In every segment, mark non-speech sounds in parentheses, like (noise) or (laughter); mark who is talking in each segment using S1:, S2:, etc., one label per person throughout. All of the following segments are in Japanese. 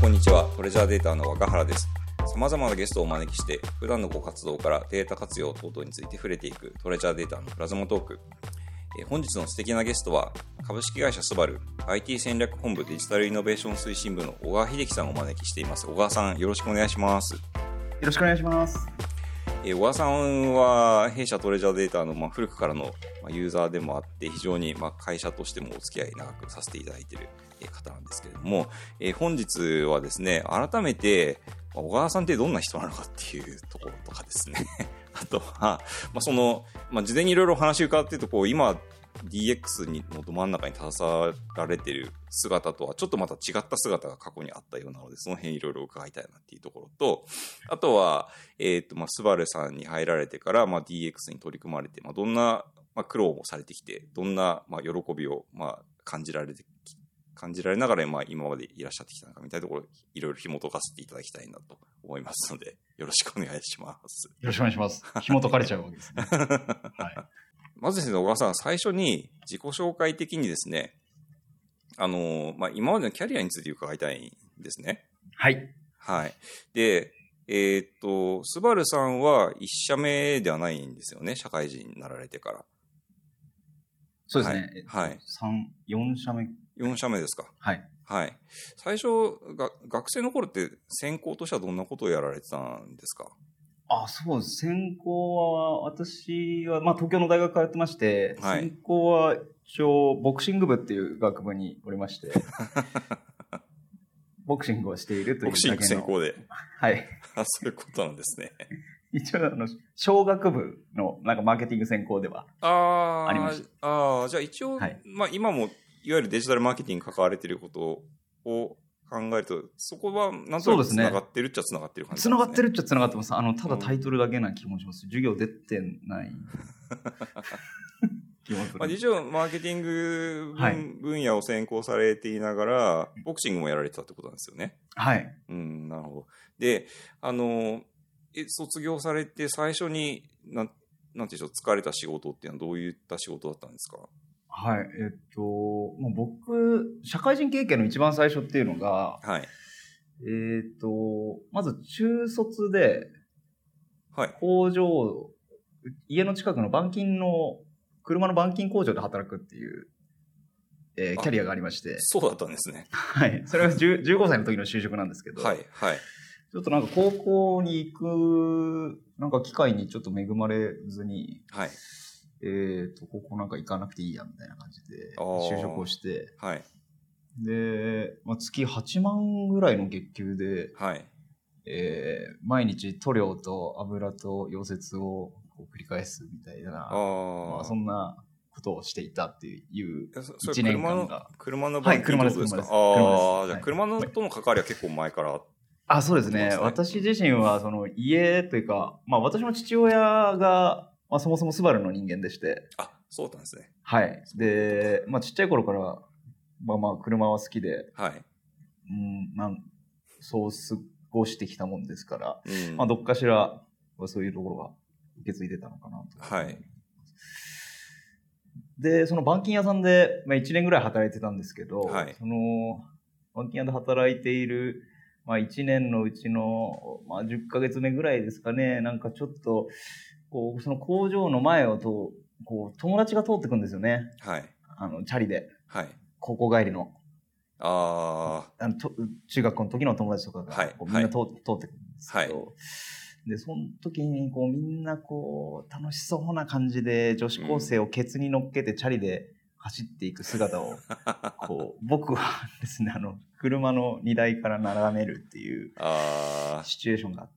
S1: こんにちは、トレジャーデータの若原です。様々なゲストをお招きして、普段のご活動からデータ活用等々について触れていくトレジャーデータのプラズモトーク。えー本日の素敵なゲストは、株式会社スバル IT 戦略本部デジタルイノベーション推進部の小川秀樹さんをお招きしています。小川さん、よろしくお願いします。
S2: よろしくお願いします。
S1: えー小川さんは弊社トレジャーデータの、まあ、古くからのまあユーザーでもあって非常に、まあ、会社としてもお付き合い長くさせていただいているえー方なんですけれども、えー本日はですね改めてまあ小川さんってどんな人なのかっていうところとかですね (laughs) あとは、まあ、その、まあ、事前にいろいろお話伺っているとこう今 DX にのど真ん中に携わられている姿とはちょっとまた違った姿が過去にあったようなのでその辺いろいろ伺いたいなっていうところとあとは、えっ、と、まあ、スバルさんに入られてから、まあ、DX に取り組まれて、まあ、どんな、まあ、苦労もされてきて、どんな、まあ、喜びを、まあ、感じられてき、感じられながら、まあ、今までいらっしゃってきたのかみたいなところ、いろいろ紐解かせていただきたいなと思いますので、 (laughs) よろしくお願いします。
S2: よろしくお願いします。紐解かれちゃうわけですね。は
S1: まずですね、小川さん、最初に自己紹介的にですね、あのーまあ、今までのキャリアについて伺いたいんですね。
S2: い。はい。
S1: はい。で、えーっと、スバルさんは1社目ではないんですよね、社会人になられてから。
S2: そうですね。
S1: はいはい
S2: 三、四社目。
S1: 4社目ですか。
S2: はい。
S1: はい。最初、が学生の頃って専攻としてはどんなことをやられてたんですか
S2: あ、そうです。専攻は、私は、まあ、東京の大学通ってまして、
S1: はい
S2: 専攻は、一応、ボクシング部っていう学部におり
S1: (laughs)
S2: まして、ボクシングをしているとい
S1: ボ
S2: う
S1: クシング
S2: だけの
S1: 専攻で。
S2: はい。
S1: あ (laughs) そういうことなんですね。
S2: 一応、あの、小学部の、なんか、マーケティング専攻では、
S1: あ (laughs) あ、
S2: ありまし
S1: ああ、じゃあ一応、
S2: はい
S1: まあ今も、いわゆるデジタルマーケティングに関われてることを考えると、そこはなんと
S2: そう
S1: な
S2: で
S1: く
S2: すね
S1: 繋がってるっちゃ繋がってる感じ
S2: 繋がって
S1: る
S2: るっちゃ繋がってます。あの、ただタイトルだけな気もします。授業出て
S1: (laughs)
S2: ない。気もする
S1: まあ、一応、マーケティング分,、
S2: はい
S1: 分野を専攻されていながら、ボクシングもやられてたってことなんですよね。
S2: はい。
S1: うん、なるほど。で、あの、え卒業されて最初に、なん、なんていうんでしょう、疲れた仕事っていうのはどういった仕事だったんですか
S2: はい。えっと、もう僕、社会人経験の一番最初っていうのが、
S1: はい。
S2: えっと、まず中卒で
S1: はい。
S2: 工場、家の近くの板金の、車の板金工場で働くっていう、えー
S1: あ
S2: キャリアがありまして、
S1: そうだったんですね。
S2: はい。それは10 15歳の時の就職なんですけど、
S1: はい、はい。
S2: ちょっとなんか高校に行く、なんか機会にちょっと恵まれずに、
S1: はい。
S2: えー、と、高校なんか行かなくていいや、みたいな感じで、
S1: あー
S2: 就職をして、
S1: はい。
S2: で、まあ、月8万ぐらいの月給で、
S1: はい。
S2: えー毎日塗料と油と溶接をこう繰り返すみたいな、
S1: あ
S2: ま
S1: ー
S2: あ、そんなことをしていたっていう、
S1: えそそれ
S2: 一年
S1: 車
S2: 間
S1: の
S2: が、
S1: 車の
S2: はい
S1: 番組ってことですか
S2: 車です
S1: ああー、じゃあ車
S2: 車です
S1: の
S2: はい
S1: との関わりは結構前からあっ
S2: あ、そうです
S1: そうで
S2: ね
S1: す。ね
S2: 私自身は、その家というか、まあ私の父親が、まあそもそもスバルの人間でして、
S1: あ、そうだったんですね。
S2: はい。で、まあちっちゃい頃から、まあまあ車は好きで、
S1: はい。
S2: うん、なんそう過ごしてきたもんですから、
S1: うん。
S2: まあ、どっかしらはそういうところは受け継いでたのかなと。
S1: はい。
S2: で、その板金屋さんで、まあ、1年ぐらい働いてたんですけど、
S1: はい
S2: その板金屋で働いている、まあ、1年のうちの、まあ、10ヶ月目ぐらいですかね、なんかちょっと、こうその工場の前をとこう友達が通ってくんですよね、
S1: はい。
S2: あのチャリで、
S1: はい。
S2: 高校帰りの。
S1: あ
S2: あのと中学校の時の友達とかが、
S1: はい
S2: こうみんな通,、通ってくるんですけど、
S1: は
S2: でその時にこうみんなこう楽しそうな感じで女子高生をケツに乗っけてチャリで走っていく姿
S1: (laughs)
S2: を、
S1: あ。
S2: こう僕はですねあの車の荷台から眺めるっていう
S1: ああ、
S2: シチュエーションがあって、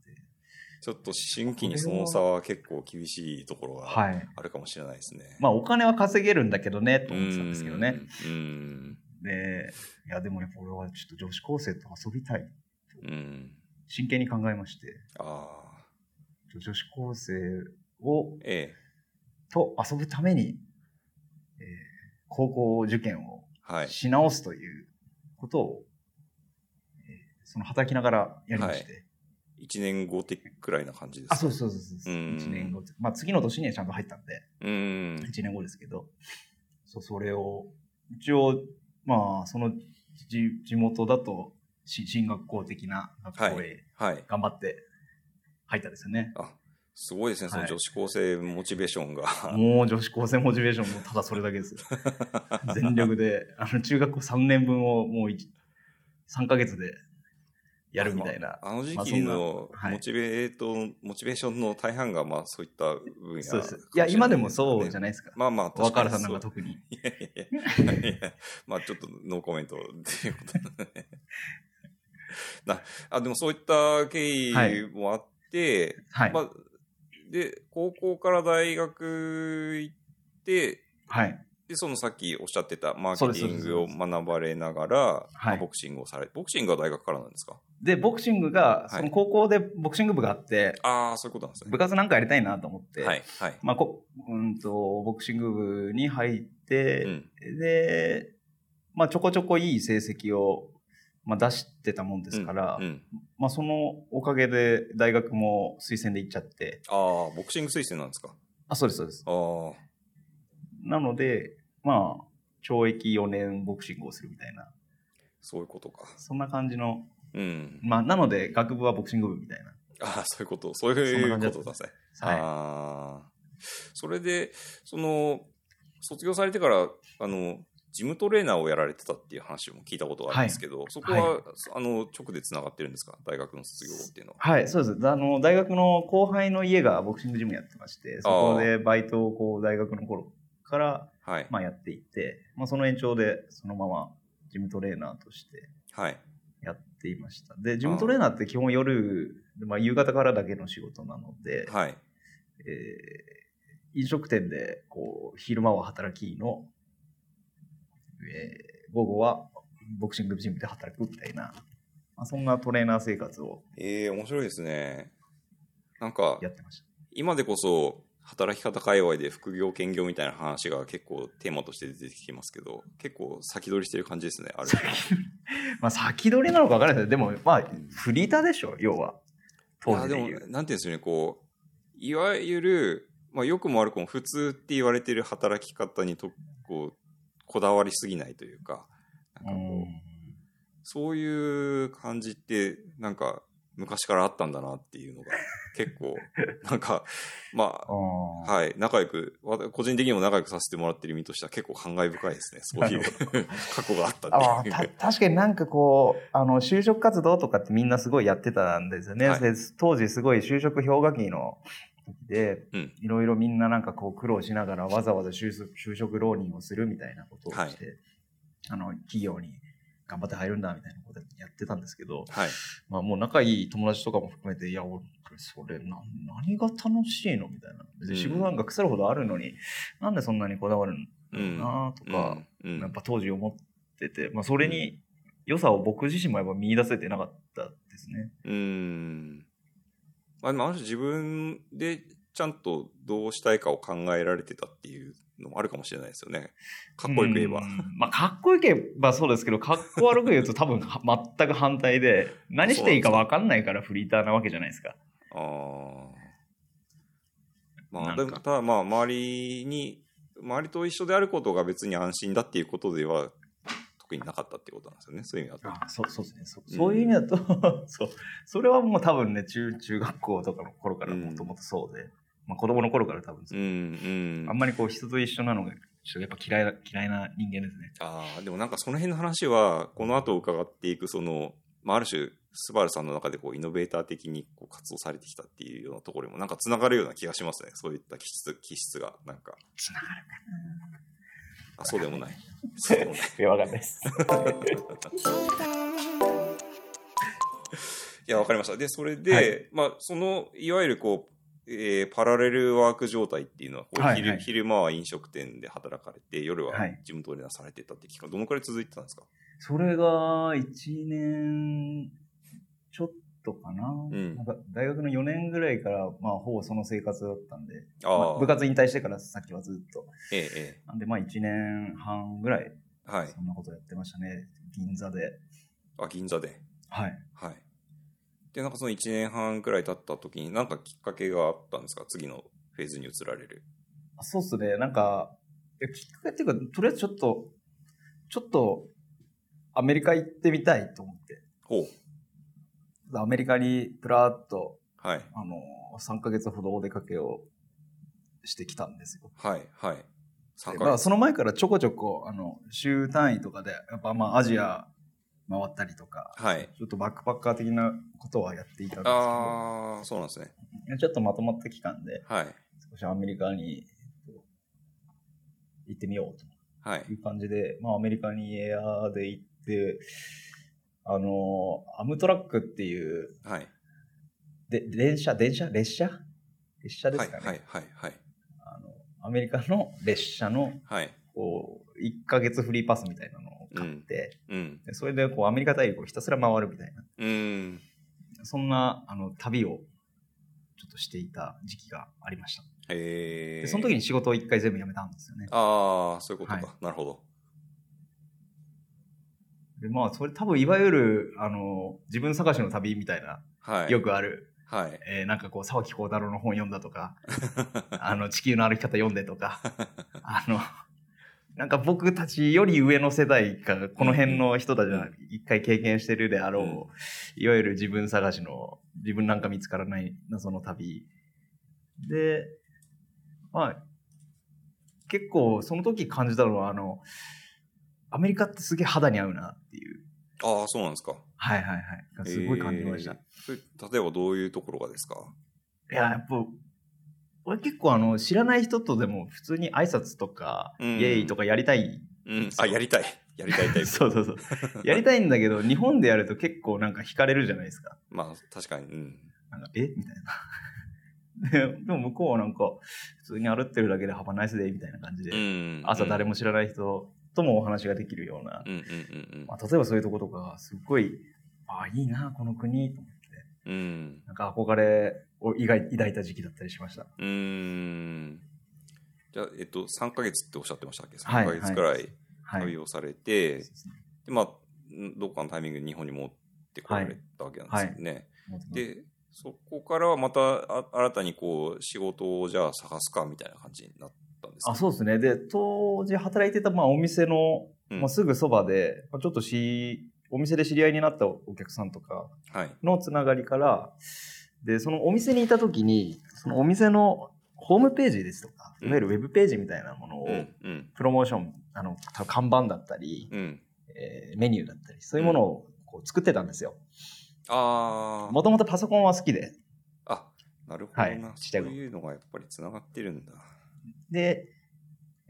S1: ちょっと思春期にその差は結構厳しいところが
S2: はい
S1: あるかもしれないですね。
S2: まあ、お金は稼げるんだけどねと思ってたんですけどね。
S1: うん。
S2: でいやでもねこれはちょっと女子高生と遊びたい
S1: うん。うん。
S2: 真剣に考えまして
S1: ああ。
S2: 女子高生を
S1: ええ。
S2: と遊ぶために、えー高校受験を
S1: はい。
S2: し直すということを、えーその働きながらやりまして、
S1: 一年後ってくらいな感じです。。
S2: あそううそうそうそう
S1: うん
S2: 1年後まあ次の年にはちゃんと入ったんで
S1: うん。
S2: 1年後ですけどそうそれを一応まあその地地元だとし進学校的な学校へ
S1: はい。
S2: 頑張って入ったんですよね。
S1: あ、すごいですね、その
S2: はい
S1: 女子高生モチベーションが。
S2: もう女子高生モチベーションもただそれだけ
S1: (laughs)
S2: ですよ。全力で、あの中学校3年分をもうい3ヶ月でやるみたいな。
S1: あの時期の
S2: まあそんなはい
S1: モチベート、モチベーションの大半が、まあそういった分野
S2: そうです。いや、今でもそうじ
S1: な
S2: ゃ
S1: い
S2: ないですか。
S1: まあまあ、確
S2: 若
S1: かに
S2: 原さんなん
S1: そう
S2: か特に。
S1: いやいやいやいや、 (laughs) まあちょっとノーコメントっていうことだね。 (laughs) なあでもそういった経緯もあって、
S2: はい。
S1: まあ、で、高校から大学行って、
S2: はい。
S1: で、そのさっきおっしゃってたマーケティングを学ばれながら、
S2: はい
S1: まあボクシングをされ、ボクシングは大学からなんですか
S2: で、ボクシングが、その高校でボクシング部があって、
S1: ああ、そういうことなんですね
S2: 部。活なんかやりたいなと思って、
S1: はい、はい。
S2: まあ、こうんとボクシング部に入っ
S1: う
S2: て、
S1: ん、
S2: で、まあ、ちょこちょこいい成績を、まあ、出してたもんですから、
S1: うんうん
S2: まあ、そのおかげで大学も推薦で行っちゃって
S1: ああ、ボクシング推薦なんですか
S2: あそうですそうです
S1: ああ、
S2: なのでまあ懲役4年ボクシングをするみたいな
S1: そういうことか。
S2: そんな感じの
S1: うん。
S2: まあなので学部はボクシング部みたいな
S1: ああ、そういうこと。そういう
S2: そんな感じ
S1: こ
S2: だ
S1: とだね。
S2: はい
S1: ああ。それで、その、卒業されてから、あの、ジムトレーナーをやられてたっていう話も聞いたことがあるんですけど、そこは、あの、直でつながってるんですか大学の卒業っていうのは。
S2: はい、そうです。あの、大学の後輩の家がボクシングジムやってまして、そこでバイトをこう、大学の頃から、
S1: はい。
S2: まあ、やっていて、まあ、その延長で、そのまま、ジムトレーナーとして
S1: はい。
S2: やっていました。で、ジムトレーナーって基本夜、まあ、夕方からだけの仕事なので、
S1: はい。
S2: えー飲食店で、こう、昼間は働きの、えー午後はボクシングジムで働くみたいな、まあ、そんなトレーナー生活を
S1: ええ面白いですね。なんか、
S2: やってました。
S1: 今でこそ、働き方界隈で副業、兼業みたいな話が結構テーマとして出てきますけど、結構先取りしてる感じですね、あれ。
S2: まあ先取りなのか分からないですけど、でもまあ、フリーターでしょ、要は。
S1: い
S2: 当
S1: や
S2: 時
S1: で
S2: で
S1: も、
S2: い
S1: なん
S2: う。
S1: ていうんですよね、こう、いわゆる、まあ、よくも悪くも普通って言われてる働き方にと、こう、こだわりすぎないというか、なんかこう、そういう感じって、なんか、昔からあったんだなっていうのが、結構、なんか、ま
S2: (laughs)
S1: あ、
S2: うん
S1: はい、仲良く、わた個人的にも仲良くさせてもらってる身としては結構感慨深いですね、そういう (laughs) 過去があった
S2: あ
S1: っ
S2: あ
S1: てい
S2: た
S1: う。
S2: 確かになんかこうあの就職活動とかってみんなすごいやってたんですよね、
S1: はい
S2: で当時すごい就職氷河期の時で、
S1: うん
S2: いろいろみんななんかこう苦労しながらわざわざ就職就職浪人をするみたいなことをして、
S1: はい
S2: あの企業に頑張って入るんだみたいなことやってたんですけど、
S1: はい。
S2: まあもう仲いい友達とかも含めて、いや、俺、それな、何が楽しいのみたいな。別に仕事なんか腐るほどあるのに、なんでそんなにこだわるんだろうなとか、
S1: うん。うん
S2: やっぱ当時思ってて、まあそれに良さを僕自身もやっぱ見出せてなかったですね。
S1: うーん。まあでも、ある種自分でちゃんとどうしたいかを考えられてたっていうのもあるかもしれないですよね。かっこよく言えば
S2: う。ん。まあかっこよければそうですけど、かっこ悪く言うと多分は全く反対で、何していいか分かんないからフリーターなわけじゃないですか。
S1: ああ。ま
S2: な
S1: あ、
S2: ん
S1: で
S2: か
S1: もただまあ、周りに、周りと一緒であることが別に安心だっていうことでは、特になかったってことなんですよね。そういう意味だと。
S2: あそうそうですねそ
S1: うん
S2: そういう意味だと、 (laughs) そうそれはもう多分ね中中学校とかの頃からもともとそうで、まあ、子供の頃から多分、
S1: うん、うん。
S2: あんまりこう人と一緒なのがちょっとやっぱ嫌いな嫌いな人間ですね
S1: ああ、でもなんかその辺の話は、この後伺っていく、その、まあ、ある種、スバルさんの中でこうイノベーター的にこう活動されてきたっていうようなところにもなんかつながるような気がしますね。そういった気質、気質が、なんか。
S2: つながる
S1: あ、そうでもない。そうでもない。
S2: いやわかんないです
S1: いや、わかりました。で、それで、
S2: はい
S1: まあ、その、いわゆるこう、えーパラレルワーク状態っていうのはこう
S2: はい
S1: 昼、
S2: はい
S1: 昼間は飲食店で働かれて、夜は
S2: はい
S1: ジムトレーナーされてたって期間、どのくらい続いてたんですか
S2: それが1年ちょっとかな,、
S1: ん
S2: なんか大学の4年ぐらいから、まあ、ほぼその生活だったんで、
S1: あ
S2: ま
S1: あ、
S2: あ部活引退してから先はずっと
S1: ええ、え
S2: なんでまあ1年半ぐらい
S1: え、はい。
S2: そんなことやってましたね、銀座で
S1: あ、銀座で。
S2: はい
S1: はい。で、なんかその1年半くらい経った時に、なんかきっかけがあったんですか次のフェーズに移られる。
S2: そうっすね。なんか、いやきっかけっていうか、とりあえずちょっと、ちょっと、アメリカ行ってみたいと思って。
S1: あほう。
S2: アメリカにぷらっと、
S1: はい。
S2: あの、3ヶ月ほどお出かけをしてきたんですよ。
S1: はい。はい。参
S2: で
S1: 加
S2: まあ、その前からちょこちょこ、あの、週単位とかで、やっぱまあ、アジア回ったりとか、
S1: はい。
S2: ちょっとバックパッカー的なことはやっていたんです
S1: ああ、そうなんですね。
S2: けど、ちょっとまとまった期間で、
S1: はい。
S2: 少しアメリカに行ってみようと
S1: はい
S2: い。う感じで、まあ、アメリカにエアーで行って、あの、アムトラックっていう、
S1: はい。
S2: で電車、電車、列車列車で
S1: は
S2: す
S1: い。
S2: かね、
S1: はい。はい。はい。
S2: あの。アメリカの列車の
S1: はい。
S2: こう1ヶ月フリーパスみたいなのを買って、
S1: うん。
S2: でそれでこうアメリカ大陸をひたすら回るみたいな、
S1: うーん。
S2: そんなあの旅をちょっとしていた時期がありました。
S1: えー。
S2: でその時に仕事を1回全部辞めたんですよね。
S1: ああ、そういうこと
S2: は
S1: か。なるほど。
S2: でまあそれ多分いわゆるあの自分探しの旅みたいな、
S1: はい。
S2: よくある、
S1: はい。
S2: えーなんかこう沢木耕太郎の本読んだとかあの地球の歩き方読んでとかあのなんか僕たちより上の世代かこの辺の人たちが一回経験してるであろう、
S1: うん
S2: いわゆる自分探しの自分なんか見つからない謎の旅でまあ結構その時感じたのはあのアメリカってすげえ肌に合うなっていう
S1: ああ、そうなんですか。
S2: はいはいはいすごい感じました、
S1: えー。それ例えばどういうところがですか
S2: いや、やっぱ、俺結構あの、知らない人とでも普通に挨拶とか、
S1: うん
S2: イエイとかやりたい。
S1: うん。あ、やりたい。やりたいタイプ。
S2: (laughs) そうそうそう。 (laughs) やりたいんだけど、日本でやると結構なんか惹かれるじゃないですか。
S1: まあ、確かに。うん。
S2: なんか、えみたいな。で (laughs) でも向こうはなんか、普通に歩ってるだけで幅ナイスでみたいな感じで、
S1: うん。
S2: 朝誰
S1: も。
S2: も知らない人ともお話ができるような、
S1: うんうんうん
S2: まあ、例えばそういうとことかがすっごい、ああ、いいな、この国、と思って、
S1: うん。うん。
S2: なんか憧れを抱い抱いた時期だったりしました。
S1: うーん。じゃあ、えっと、3ヶ月っておっしゃってましたっけ
S2: はい
S1: ?3 ヶ月くらい
S2: はい。
S1: 旅をされて、
S2: そうで
S1: です
S2: ね
S1: まあ、んどっかのタイミングで日本に持ってこられたわけなんですよね。で、そこからはまたあ新たにこう、仕事をじゃあ探すかみたいな感じになったんですか
S2: あそうですねで当時働いてたまあお店の、
S1: うん
S2: まあ、すぐそばで、まあ、ちょっとしお店で知り合いになったお客さんとか
S1: はい。
S2: のつながりからでそのお店にいた時にそのお店のホームページですとか、
S1: うん
S2: いわゆるウェブページみたいなものを、
S1: うん。うん。
S2: プロモーションあの看板だったり、
S1: うん。
S2: えーメニューだったりそういうものをこう作ってたんですよ
S1: ああ。
S2: もともとパソコンは好きで
S1: あ、なるほどな。
S2: はいちっち
S1: そ
S2: ゃ
S1: う
S2: い頃
S1: いうのがやっぱりつながってるんだ。
S2: で、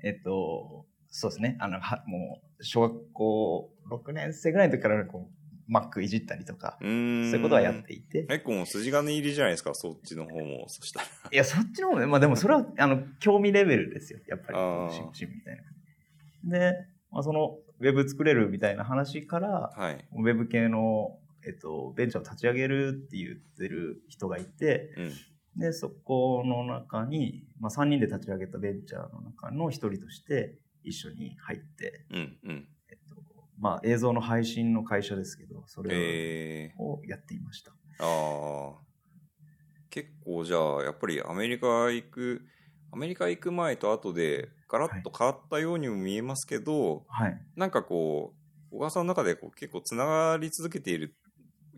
S2: えっと、そうですね、あの、はもう、小学校6年生ぐらいの時から、こう、Mac いじったりとか、
S1: う
S2: そう
S1: ーん。
S2: いうことはやっていて、
S1: 結構もう筋金入りじゃないですか、そっちの方も。そしたら。
S2: いや、そっちの方ね、まあでもそれは、あの、興味レベルですよ、やっぱり、
S1: あー
S2: 趣趣味みたいな。で、まあ、その、ウェブ作れるみたいな話から、
S1: はい。
S2: ウェブ系の、えっと、ベンチャーを立ち上げるって言ってる人がいて、
S1: うん。
S2: で、そこの中に、まあ、3人で立ち上げたベンチャーの中の一人として一緒に入って、
S1: うん。うん。
S2: えっと、まあ映像の配信の会社ですけど、それ
S1: え
S2: をやっていました。
S1: ー、ああ。結構じゃあ、やっぱりアメリカ行く、アメリカ行く前と後で、ガラッと変わったようにも見えますけど、
S2: はい。
S1: なんかこう、小川さんの中でこう結構つながり続けている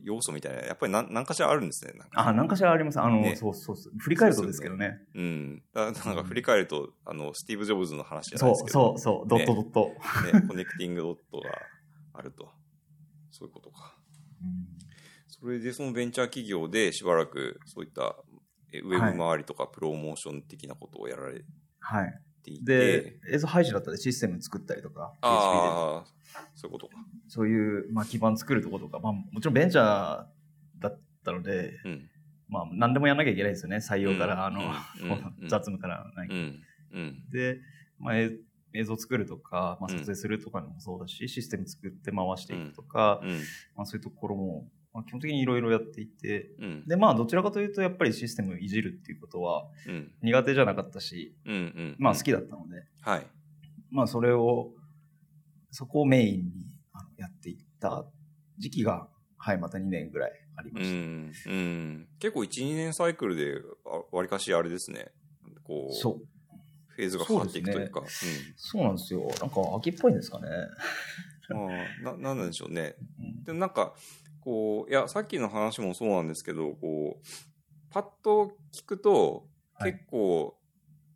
S1: 要素みたいな、やっぱり何何かしらあるんですね。なんか
S2: あ、何かしらあります。あの、
S1: ね
S2: そうそうそう。振り返るとですけどね。
S1: うん。だなんか振り返ると、あの、スティーブ・ジョブズの話じゃないで
S2: そ
S1: す
S2: う
S1: け
S2: そ
S1: ど、
S2: うそう。ドットドット。 (laughs)
S1: ね、コネクティングドットがあると。そういうことか。それでそのベンチャー企業でしばらくそういったえウェブ周りとかプロモーション的なことをやられ
S2: はい。
S1: ていて、
S2: で、映像配信だったらシステム作ったりとか、PHP で
S1: ああ、そういうことか。
S2: そういう、まあ、基盤作るとことか、まあ、もちろんベンチャーだったので、
S1: うん。
S2: まあ、何でもやんなきゃいけないですよね。採用から、あの、 (laughs)
S1: うんうん
S2: 雑務から何
S1: う
S2: か
S1: ん。うん。
S2: で、まあ、え映像作るとか、まあ、
S1: うん
S2: 撮影するとかもそうだし、システム作って回していくとか、
S1: うん。
S2: まあ、そういうところも、まあ、基本的にいろいろやっていて、
S1: うん。
S2: で、まあ、どちらかというと、やっぱりシステムをいじるっていうことは
S1: うん。
S2: 苦手じゃなかったし、
S1: うん。うん。
S2: まあ、好きだったので、
S1: はい。
S2: まあ、それを、そこをメインにあのやっていった時期が、はい、また2年ぐらいありま
S1: う
S2: した。
S1: ん。うん。結構1、2年サイクルで、わりかしあれですね。こう、
S2: そう。
S1: フェーズが変わっていくというか。
S2: そうなんですよ。なんか、秋っぽいんですかね。
S1: うん。まあ、な、なんなんでしょうね。
S2: うん
S1: でもなんか、こう、いや、さっきの話もそうなんですけど、こう、パッと聞くと、
S2: はい
S1: 結構、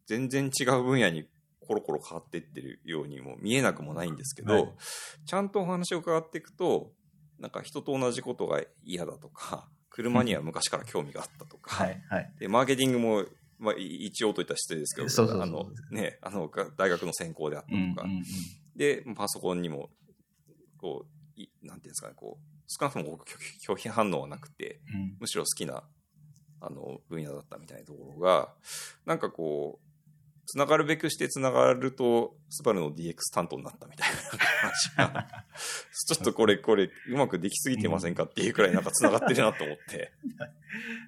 S1: 全然違う分野にコロコロ変わってってるようにも見えなくもないんですけど、
S2: はい
S1: ちゃんとお話を伺っていくと、なんか人と同じことが嫌だとか、車には昔から興味があったとか、
S2: はい、
S1: (laughs)
S2: はい。
S1: で、マーケティングも、まあ、い一応といったら失礼ですけど、
S2: そうそうそう
S1: あの、ね、あの、が大学の専攻であったと
S2: う
S1: か、
S2: ん、うん。
S1: で、パソコンにも、こう、いなんていうんですかね、こう、少なくとも僕拒拒否反応はなくて、
S2: うん
S1: むしろ好きな、あの、分野だったみたいなところが、なんかこう、つながるべくしてつながると、スバルの DX 担当になったみたいな (laughs) 話が、ちょっとこれ、これ、うまくできすぎてませんかっていうくらいなんかつながってるなと思って。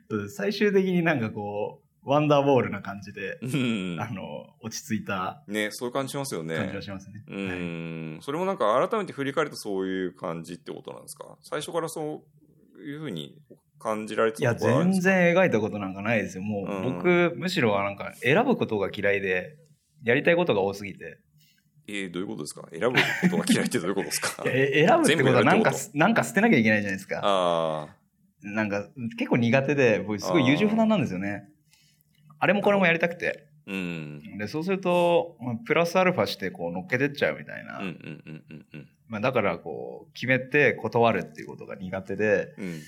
S2: そう最終的になんかこう、ワンダーボールな感じで、
S1: (laughs) うん。
S2: あの、落ち着いた
S1: ね、そういう感じしますよね。
S2: 感じがしますね。
S1: う
S2: はい
S1: ーん、それもなんか改めて振り返るとそういう感じってことなんですか最初からそういうふうに感じられて
S2: いや、
S1: たところあるんで
S2: 全
S1: すか
S2: 然描いたことなんかないですよ。もう、
S1: うん
S2: 僕、むしろはなんか、選ぶことが嫌いで、やりたいことが多すぎて。
S1: えー、どういうことですか選ぶことが嫌いってどういうことですか
S2: いやえ選ぶってことはなん
S1: 全部や
S2: か
S1: るって、
S2: なんか捨てなきゃいけないじゃないですか。
S1: ああ、
S2: なんか、結構苦手で、僕、すごい優柔不断なんですよね。あれもこれもやりたくて。
S1: うん。
S2: で、そうすると、まあプラスアルファして、こう、乗っけてっちゃうみたいな。
S1: うんうんうんうんうん
S2: まあ、だから、こう、決めて断るっていうことが苦手で、
S1: うん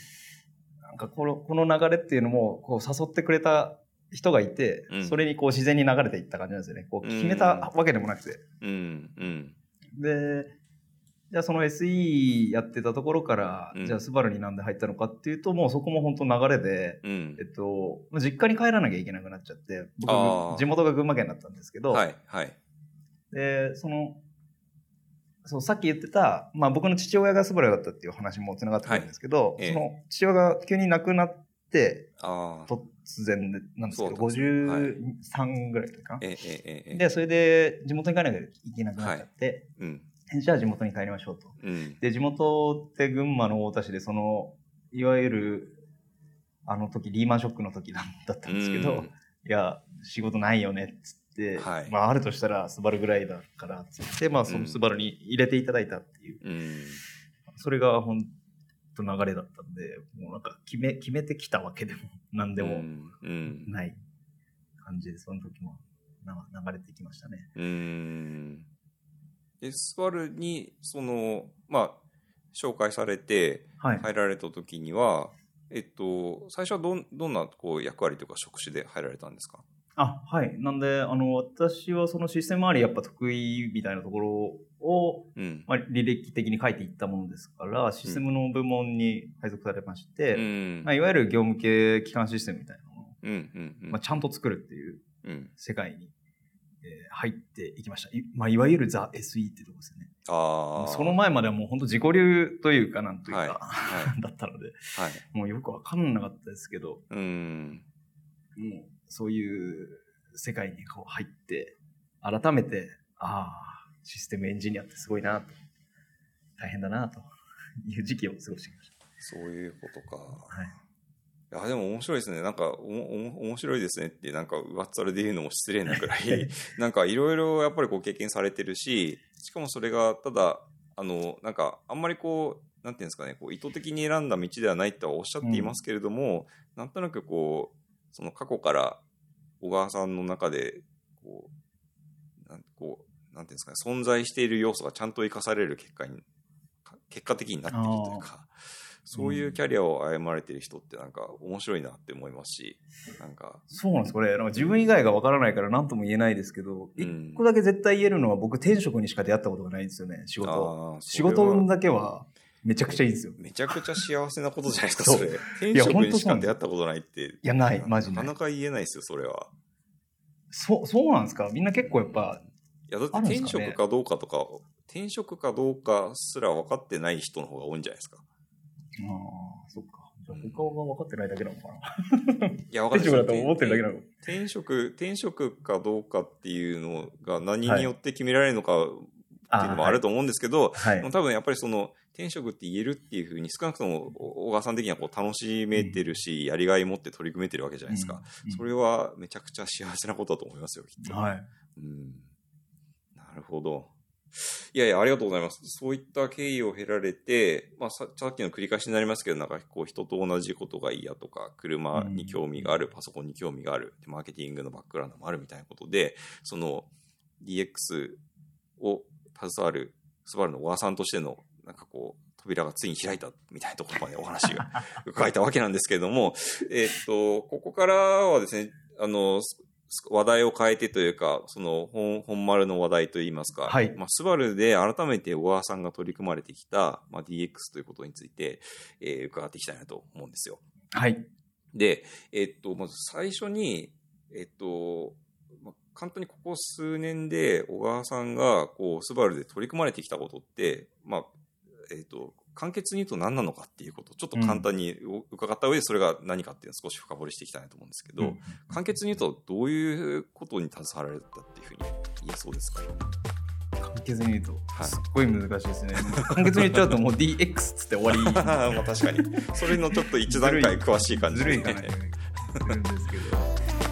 S2: なんかこの、この流れっていうのも、こう、誘ってくれた人がいて、
S1: うん
S2: それにこう、自然に流れていった感じなんですよね。こう、決めたわけでもなくて。
S1: うんうん
S2: で、じゃあその SE やってたところから、
S1: うん
S2: じゃあスバルになんで入ったのかっていうと、もうそこも本当流れで、
S1: うん
S2: えっと、まあ実家に帰らなきゃいけなくなっちゃって、僕
S1: あー
S2: 地元が群馬県だったんですけど、
S1: はいはい
S2: で、その、そうさっき言ってた、まあ、僕の父親がスバルだったっていう話もつながってくるんですけど、
S1: はいええ
S2: その父親が急に亡くなって、
S1: ああ
S2: 突然でなんですけど、
S1: そうなんで
S2: 53ぐらいかな。
S1: えええええ
S2: で、それで地元に帰らなきゃいけなくなっちゃって、
S1: うん
S2: じゃあ地元に帰りましょうと。
S1: うん
S2: で地元って群馬の太田市でそのいわゆるあの時リーマンショックの時なんだったんですけ
S1: う
S2: ど、
S1: ん
S2: いや仕事ないよねっつって、
S1: はい
S2: まあ、あるとしたらスバルぐらいだからっつって、まあ、そ
S1: うん
S2: のスバルに入れていただいたっていう、
S1: うん
S2: それがほんと流れだったんでもうなんか決め決めてきたわけでも何で
S1: う
S2: も
S1: んうん
S2: ない感じでその時もな流れてきましたね。
S1: うーん。で、スバルに、その、まあ、紹介されて、
S2: はい、
S1: 入られた時には、えっと、最初はどん、どんな、こう、役割というか職種で入られたんですか
S2: あはいなんであの私はそのシステム周りやっぱ得意みたいなところを
S1: うん。
S2: まあ、履歴的に書いていったものですから、システムの部門に配属されまして、
S1: うん
S2: まあ、いわゆる業務系機関システムみたいなものを、
S1: うん、うん、うん。
S2: まあ、ちゃんと作るっていう
S1: うん。
S2: 世界に、えー入っていきました。い,、まあ、いわゆるザ・ SE ってとこですよね。
S1: ああ。
S2: その前まではもう本当自己流というかなんというか、
S1: はいはい。
S2: (laughs) だったので、
S1: はい。
S2: もうよくわかんなかったですけど、
S1: うーん。
S2: もうそういう世界にこう入って、改めて、ああ、システムエンジニアってすごいなと、大変だなと (laughs) いう時期を過ごしてきました。
S1: そういうことか。
S2: はい
S1: いや、でも面白いですね。なんか、おも、おも、面白いですねって、なんか、上っ面で言うのも失礼なくらい、なんか、いろいろやっぱりこう経験されてるし、しかもそれが、ただ、あの、なんか、あんまりこう、なんていうんですかね、こう、意図的に選んだ道ではないとはおっしゃっていますけれども、なんとなくこう、その過去から、小川さんの中で、こう、なん、こう、なんていうんですかね、存在している要素がちゃんと生かされる結果に、か結果的になっているというか、そういうキャリアを歩まれてる人ってなんか面白いなって思いますし、なんか、
S2: そうなんです、これ。なんか自分以外がわからないから何とも言えないですけど、
S1: う
S2: 一、
S1: ん
S2: 個だけ絶対言えるのは僕、転職にしか出会ったことがないんですよね、仕事。
S1: あー
S2: 仕事
S1: それは
S2: 運だけはめちゃくちゃいいんですよ。
S1: めちゃくちゃ幸せなことじゃないですか、
S2: そう
S1: それ。
S2: い
S1: 転
S2: や
S1: 職
S2: 本
S1: に
S2: 当
S1: し
S2: そうな
S1: か
S2: んです
S1: 出会ったことないって。
S2: いや、ない、マジ
S1: な
S2: ない
S1: か。なか言えないですよ、それは。
S2: そう、そうなんですかみんな結構やっぱ、
S1: いや、だって
S2: あるんです
S1: 転
S2: かね
S1: 職かどうかとか、転職かどうかすら分かってない人の方が多いんじゃないですか。
S2: ああ、そっか。じゃあ他が分かってないだけなのかな。
S1: いや、分か
S2: 転
S1: んない
S2: 職だと思ってるだけな
S1: 転
S2: のか
S1: 転職、転職かどうかっていうのが何によって決められるのかっていうのもあると思うんですけど、
S2: はい。はい
S1: でも多分やっぱりその転職って言えるっていうふうに少なくともお小川さん的にはこう楽しめてるし、やりがい持って取り組めてるわけじゃないですか、
S2: うん
S1: それはめちゃくちゃ幸せなことだと思いますよきっと、
S2: はい。
S1: うん、なるほどいやいや、ありがとうございます。そういった経緯を経られて、まあ、ささっきの繰り返しになりますけど、なんかこう人と同じことが嫌とか、車に興味がある、パソコンに興味がある、でマーケティングのバックグラウンドもあるみたいなことで、その DX を携わる、スバルの小川さんとしての、なんかこう、扉がついに開いたみたいなところまでお話が
S2: (laughs)
S1: 伺えたわけなんですけれども、えっと、ここからはですね、あの、す話題を変えてというか、その本、本丸の話題といいますか、
S2: はい
S1: まあ、スバルで改めて小川さんが取り組まれてきた、まあ、DX ということについて、えー伺っていきたいなと思うんですよ。
S2: はい。
S1: で、えっと、まず最初に、えっと、まあ簡単にここ数年で小川さんが、こう、スバルで取り組まれてきたことって、まあ、えっと、簡潔に言うと何なのかっていうことをちょっと簡単にお伺った上でそれが何かっていうのを少し深掘りしていきたいなと思うんですけど、
S2: うん
S1: 簡潔に言うとどういうことに携わられたっていうふうに言えそうですか
S2: 簡潔に言うと、
S1: はい
S2: すっごい難しいですね。簡潔に言っちゃうともう DX っつって終わり。
S1: (laughs) ああ、まあ確かに。それのちょっと一段階詳しい感じ
S2: ず
S1: で
S2: る
S1: す
S2: いかな
S1: ね。
S2: するんですけど。